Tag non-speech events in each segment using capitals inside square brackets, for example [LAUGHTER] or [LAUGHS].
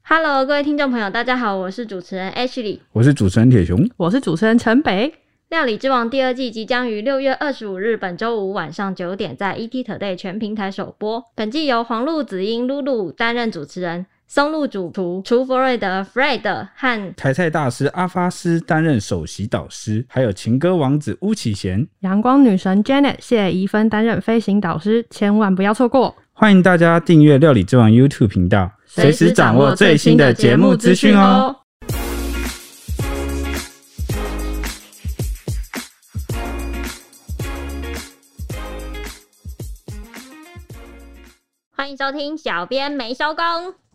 Hello，各位听众朋友，大家好，我是主持人 H 李。我是主持人铁熊，我是主持人陈北。料理之王第二季即将于六月二十五日本周五晚上九点在 ET Today 全平台首播。本季由黄璐、子英、露露担任主持人，松露主厨厨弗瑞德 Fred 和台菜大师阿发斯担任首席导师，还有情歌王子巫启贤。阳光女神 Janet 谢怡芬担任飞行导师，千万不要错过。欢迎大家订阅《料理之王》YouTube 频道，随时掌握最新的节目资讯哦。欢迎收听《小编没收工》。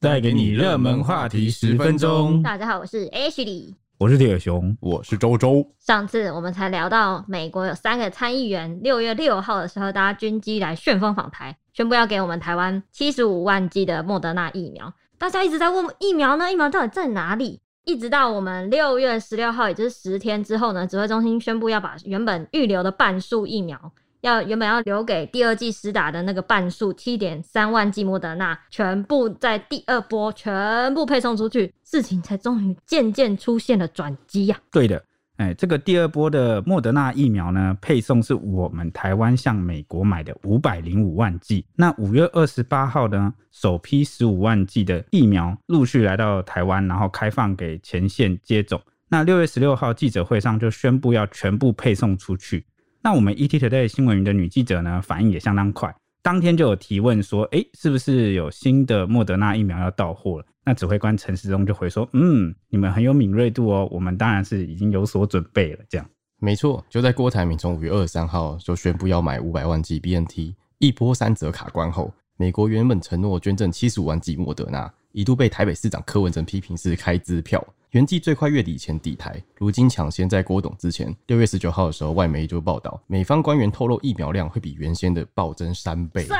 带给你热门话题十分钟。大家好，我是 H 李。我是铁熊，我是周周，上次我们才聊到美国有三个参议员，六月六号的时候搭军机来旋风访台，宣布要给我们台湾七十五万剂的莫德纳疫苗。大家一直在问疫苗呢，疫苗到底在哪里？一直到我们六月十六号，也就是十天之后呢，指挥中心宣布要把原本预留的半数疫苗，要原本要留给第二季施打的那个半数七点三万剂莫德纳，全部在第二波全部配送出去，事情才终于渐渐出现了转机呀、对的，哎，这个第二波的莫德纳疫苗呢，配送是我们台湾向美国买的五百零五万剂。那五月二十八号呢，首批十五万剂的疫苗陆续来到台湾，然后开放给前线接种。那六月十六号记者会上就宣布要全部配送出去。那我们 ET Today 新闻云的女记者呢，反应也相当快，当天就有提问说，诶，是不是有新的莫德纳疫苗要到货了？那指挥官陈时中就回说，嗯，你们很有敏锐度哦，我们当然是已经有所准备了。这样，没错，就在郭台铭从五月二十三号就宣布要买五百万剂 BNT，一波三折卡关后，美国原本承诺捐赠七十五万剂莫德纳，一度被台北市长柯文哲批评是开支票，原计最快月底前抵台，如今抢先在郭董之前。六月十九号的时候，外媒就报道，美方官员透露疫苗量会比原先的暴增三倍。。三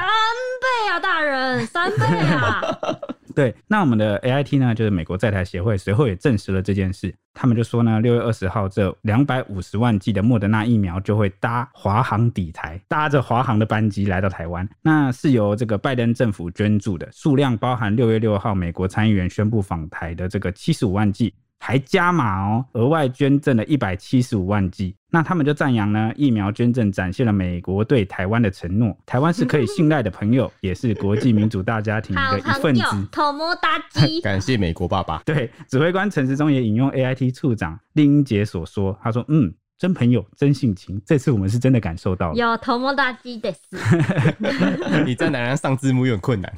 倍啊，大 [LAUGHS] 人，三倍啊！对，那我们的 AIT 呢，就是美国在台协会，随后也证实了这件事。他们就说呢，六月二十号这两百五十万剂的莫德纳疫苗就会搭华航抵台，搭着华航的班机来到台湾。那是由这个拜登政府捐助的，数量包含六月六号美国参议员宣布访台的这个七十五万剂，还加码哦，额外捐赠了一百七十五万剂。那他们就赞扬呢，疫苗捐赠展现了美国对台湾的承诺，台湾是可以信赖的朋友，也是国际民主大家庭好的一朋份友子。，头摸大鸡感谢美国爸爸。 [LAUGHS] 对，指挥官陈时中也引用 AIT 处长令英杰所说，他说：“嗯，真朋友，真性情，这次我们是真的感受到了。有头摸大鸡 [LAUGHS] 的事。你在南洋上字幕有点困难。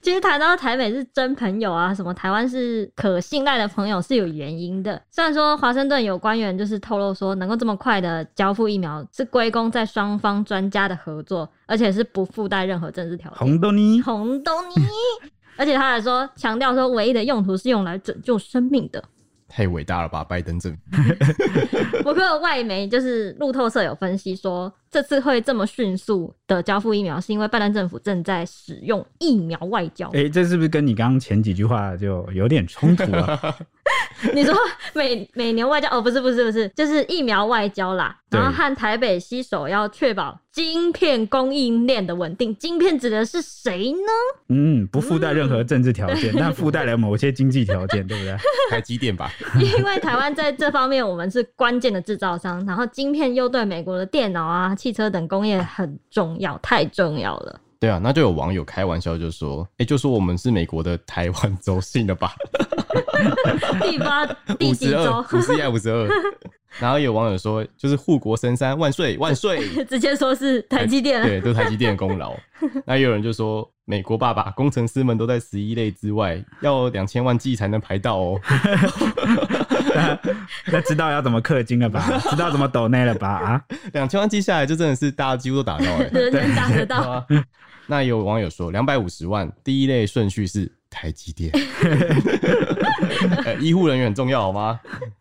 其实谈到台北是真朋友啊，什么台湾是可信赖的朋友是有原因的。虽然说华盛顿有官员就是透露说，能够这么快的交付疫苗，是归功在双方专家的合作，而且是不附带任何政治条”件。红豆泥，红东尼，[LAUGHS] 而且他还说强调说，唯一的用途是用来拯救生命的。太伟大了吧，拜登政府！不过外媒就是路透社有分析说，这次会这么迅速的交付疫苗，是因为拜登政府正在使用疫苗外交。哎、这是不是跟你刚刚前几句话就有点冲突了、你说每每年外交哦，不是不是不是，就是疫苗外交啦。对然后和台北携手要确保晶片供应链的稳定。晶片指的是谁呢？ [LAUGHS] 嗯，不附带任何政治条件，但附带了某些经济条件，对不对？台积电吧，因为台湾在这方面我们是关键的制造商，然后晶片又对美国的电脑啊、汽车等工业很重要，太重要了。对啊，那就有网友开玩笑就说：“哎、就说我们是美国的台湾州，信了吧？第八 [LAUGHS] 第 [LAUGHS] 五几十二周，五十一，五 [LAUGHS] 十二。52 ”然后有网友说：“就是护国神山，万岁 [LAUGHS] 万岁直接说是！”台积电了。哎对，都是台积电的功劳。那也有人就说：“美国爸爸，工程师们都在十一类之外，要两千万剂才能排到哦。那知道要怎么氪金了吧？知道怎么抖内了吧？啊，两千万剂下来，就真的是大家几乎都打 [LAUGHS] 到 [LAUGHS] 哎、人人打得对到，啊。 [LAUGHS] 那有网友说，两百五十万第一类顺序是台积 [LAUGHS] 电，呃医护人员很重要好吗？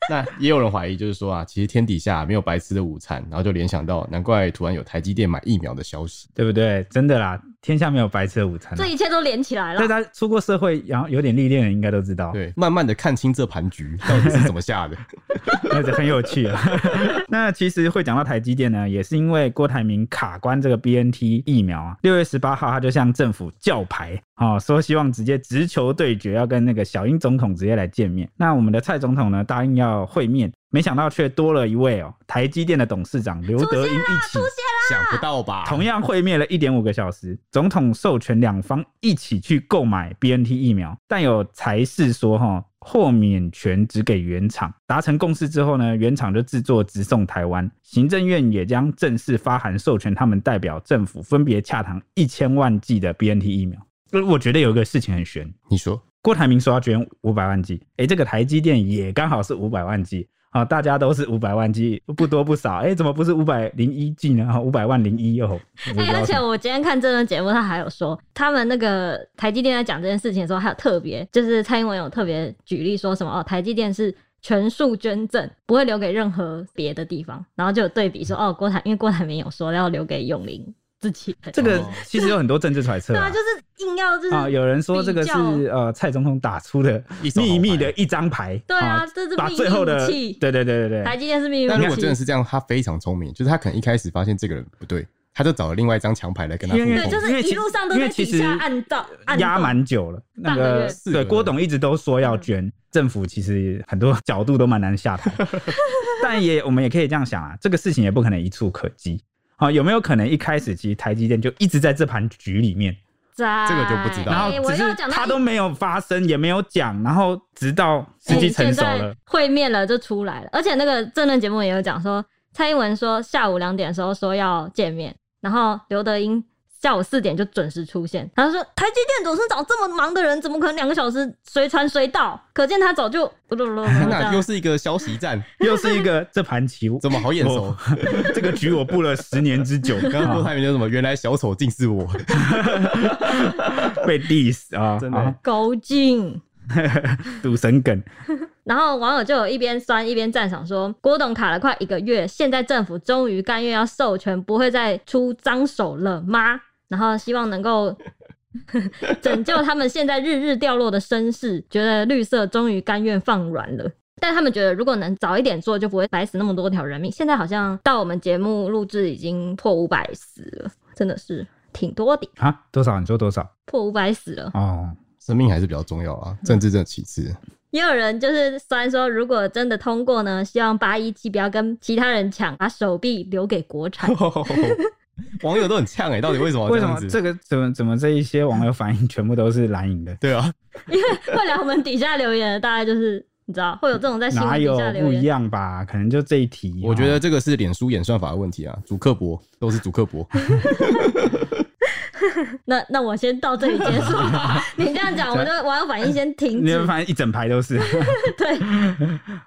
那也有人怀疑，就是说啊，其实天底下没有白吃的午餐，然后就联想到，难怪突然有台积电买疫苗的消息。对不对？真的啦，天下没有白吃的午餐、[LAUGHS] 啊这。一切都连起来对，了。大家出过社会，然后有点历练的人应该都知道，对，慢慢的看清这盘局到底是怎么下 [LAUGHS] 的。啊那就很有趣了。 [LAUGHS] 那其实会讲到台积电呢，也是因为郭台铭卡关这个 BNT 疫苗啊。六月十八号，他就向政府叫牌，哦，说希望直接直球对决，要跟那个小英总统直接来见面。那我们的蔡总统呢，答应要会面，没想到却多了一位哦，台积电的董事长刘德英一起出。现想不到吧？同样会面了一点五个小时，总统授权两方一起去购买 BNT 疫苗，但有才是说哈豁免权只给原厂。达成共识之后呢，原厂就制作直送台湾，行政院也将正式发函授权他们代表政府分别洽谈一千万剂的 BNT 疫苗。呃我觉得有一个事情很悬，你说郭台铭说要捐五百万剂，诶，这个台积电也刚好是五百万剂。啊，大家都是五百万剂，不多不少。诶，怎么不是五百零一剂呢？啊五百万零一哦。我不了。知哎，道而什且么我今天看这档节目，他还有说，他们那个台积电在讲这件事情的时候，还有特别，就是蔡英文有特别举例说什么哦，台积电是全数捐赠，不会留给任何别的地方，然后就有对比说，哦，郭台，因为郭台铭有说要留给永林自己人，这个哦其实有很多政治揣测对啊、啊，就是硬要就是、啊有人说这个比是呃蔡总统打出的一手好牌秘密的一张牌，对啊，，这是把秘最后密的武器，对对对对台对，积电是秘密但如果武真的器。是这样，他非常聪明，就是他可能一开始发现这个人不对，他就找了另外一张强牌来跟他互因为对，就 [LAUGHS] 因动。是为其一路上都在底因为其实下暗道暗压斗蛮久了，那半个个月嗯四个对人郭董一直都说要捐，政府其实很多角度都蛮难下台， [LAUGHS] 但也我们也可以这样想啊，这个事情也不可能一触可及。好、有没有可能一开始其实台积电就一直在这盘局里面，在，这个就不知道然哎后我只又是要讲到他一都没有发声，也没有讲，然后直到时机哎成现熟在了，会面了就出来了。而且那个政论节目也有讲说，蔡英文说下午两点的时候说要见面，然后刘德英下午四点就准时出现。他就说台积电董事长这么忙的人，怎么可能两个小时随传随到？可见他早就不 [LAUGHS] 不不不天这哪，又样。是一个消息站， [LAUGHS] 又是一个这盘棋，怎么好眼熟我？ [LAUGHS] 这个局我布了十年之久，刚刚郭啊台铭就什么？原来小丑竟是我， [LAUGHS] 被 diss 啊，真的啊狗进。赌神梗，然后网友就有一边酸一边赞赏说，郭董卡了快一个月，现在政府终于甘愿要授权，不会再出脏手了吗？然后希望能够拯救他们现在日日掉落的身世，觉得绿色终于甘愿放软了。但他们觉得如果能早一点做，就不会白死那么多条人命。现在好像到我们节目录制已经破五百死了，真的是挺多的，啊，多少？你说多少？破五百死了。哦，生命还是比较重要啊，嗯政治真的 [LAUGHS] 其次。也有人就是虽然说，如果真的通过呢，希望八一七不要跟其他人抢，把手臂留给国产。哦网友都很呛哎，到底为什么要为这什样么子？嗯这个怎么怎么这一些网友反应全部都是 [LAUGHS] 蓝营的？对啊，因为会来我们底下留言的，大概就是你知道会有这种在新哪闻底有下留不一言，样吧？可能就这一题，我觉哦得这个是脸书演算法的问题啊，主刻薄都是主刻薄，那那我先到这里结 [LAUGHS] 束。你这样讲，我就网友反应先停你止们。反正一整排 [LAUGHS] 都是。对，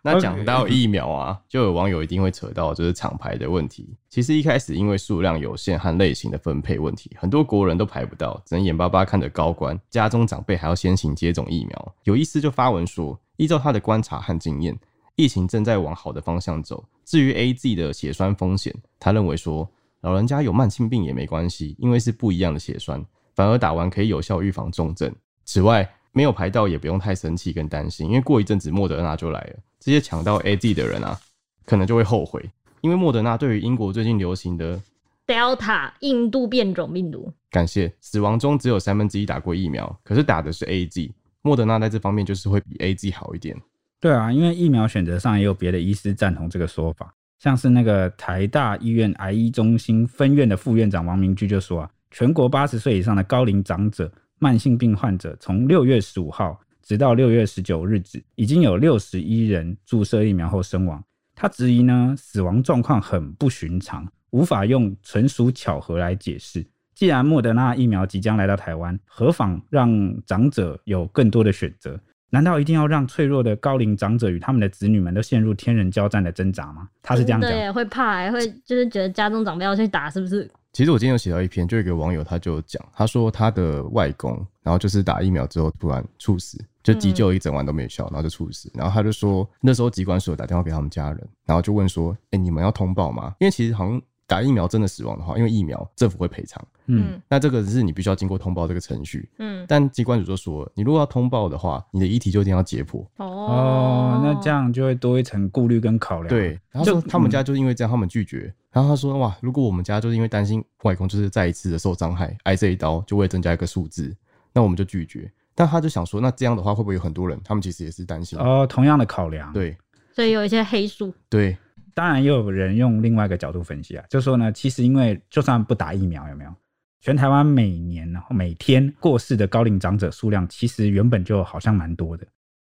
那讲到疫苗啊， [LAUGHS] 就有网友一定会扯到就是厂牌的问题。其实一开始因为数量有限和类型的分配问题，很多国人都排不到，只能眼巴巴看着高官、家中长辈还要先行接种疫苗。有医师就发文说，依照他的观察和经验，疫情正在往好的方向走。至于 A Z 的血栓风险，他认为说，老人家有慢性病也没关系，因为是不一样的血栓，反而打完可以有效预防重症。此外，没有排到也不用太生气跟担心，因为过一阵子莫德纳就来了。这些抢到 AZ 的人啊，可能就会后悔，因为莫德纳对于英国最近流行的 Delta 印度变种病毒，感谢死亡中只有三分之一打过疫苗，可是打的是 AZ，莫德纳在这方面就是会比 AZ 好一点。对啊，因为疫苗选择上也有别的医师赞同这个说法，像是那个台大医院癌医中心分院的副院长王明居就说啊，全国八十岁以上的高龄长者、慢性病患者，从六月十五号直到六月十九日止，已经有六十一人注射疫苗后身亡。他质疑呢，死亡状况很不寻常，无法用纯属巧合来解释。既然莫德纳疫苗即将来到台湾，何妨让长者有更多的选择？难道一定要让脆弱的高龄长者与他们的子女们都陷入天人交战的挣扎吗？他是这样讲真的，耶，会怕耶，会就是觉得家中长辈要去打，是不是？其实我今天有写到一篇，就有一个网友他就有讲，他说他的外公，然后就是打疫苗之后突然猝死，就急救一整晚都没有效，然后就猝死。然后他就说那时候疾管所有打电话给他们家人，然后就问说，哎、你们要通报吗？因为其实好像打疫苗真的死亡的话，因为疫苗政府会赔偿，嗯，那这个只是你必须要经过通报这个程序。嗯，但机关署就说，你如果要通报的话，你的遗体就一定要解剖。哦，那这样就会多一层顾虑跟考量。，对，然后就嗯说他们家就是因为这样，他们拒绝。然后他说：“哇，如果我们家就是因为担心外公就是再一次的受伤害，挨这一刀，就会增加一个数字，那我们就拒绝。”但他就想说，那这样的话会不会有很多人，他们其实也是担心？哦，同样的考量。，对所以有一些黑数，对，当然也有人用另外一个角度分析啊，就说呢，其实因为就算不打疫苗，有没有？全台湾每年然后每天过世的高龄长者数量，其实原本就好像蛮多的。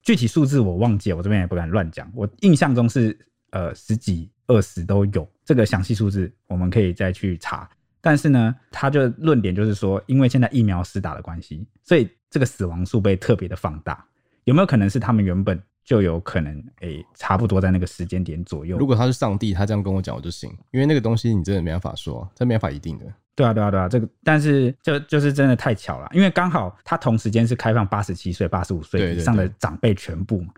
具体数字我忘记了，我这边也不敢乱讲。我印象中是呃十几、二十都有，这个详细数字我们可以再去查。但是呢，他就论点就是说，因为现在疫苗施打的关系，所以这个死亡数被特别的放大。有没有可能是他们原本就有可能诶、差不多在那个时间点左右？如果他是上帝，他这样跟我讲，我就信，因为那个东西你真的没办法说，这没办法一定的。对啊，对啊，对啊，这个但是就就是真的太巧了，因为刚好他同时间是开放八十七岁、八十五对岁对以上的长辈全部嘛，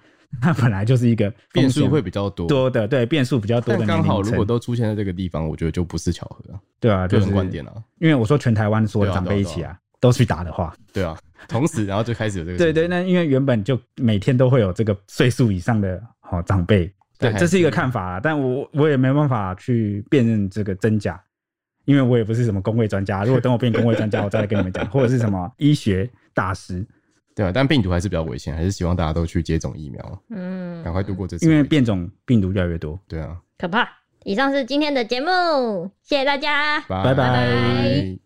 那本来就是一个 [LAUGHS] 变风数险会比较多，多的，对变数比较多但的刚年好龄如层果都出现在这个地方，我觉得就不是巧合啊，对啊，个就是人观点啊，因为我说全台湾所有的长辈一起对啊对啊啊都去打的话，对啊，同时然后就开始有这个，对对，，那因为原本就每天都会有这个岁数以上的好、哦、长辈，但对，还这是一个是看法啊，但我我也没办法去辨认这个真假，因为我也不是什么工位专家。如果等我变工位专家，我再来跟你们 [LAUGHS] 讲，或者是什么医学大师，对啊，但病毒还是比较危险，还是希望大家都去接种疫苗，嗯，赶快度过这次因危机，为变种病毒越来越多。对啊，可怕。以上是今天的节目，谢谢大家。拜拜拜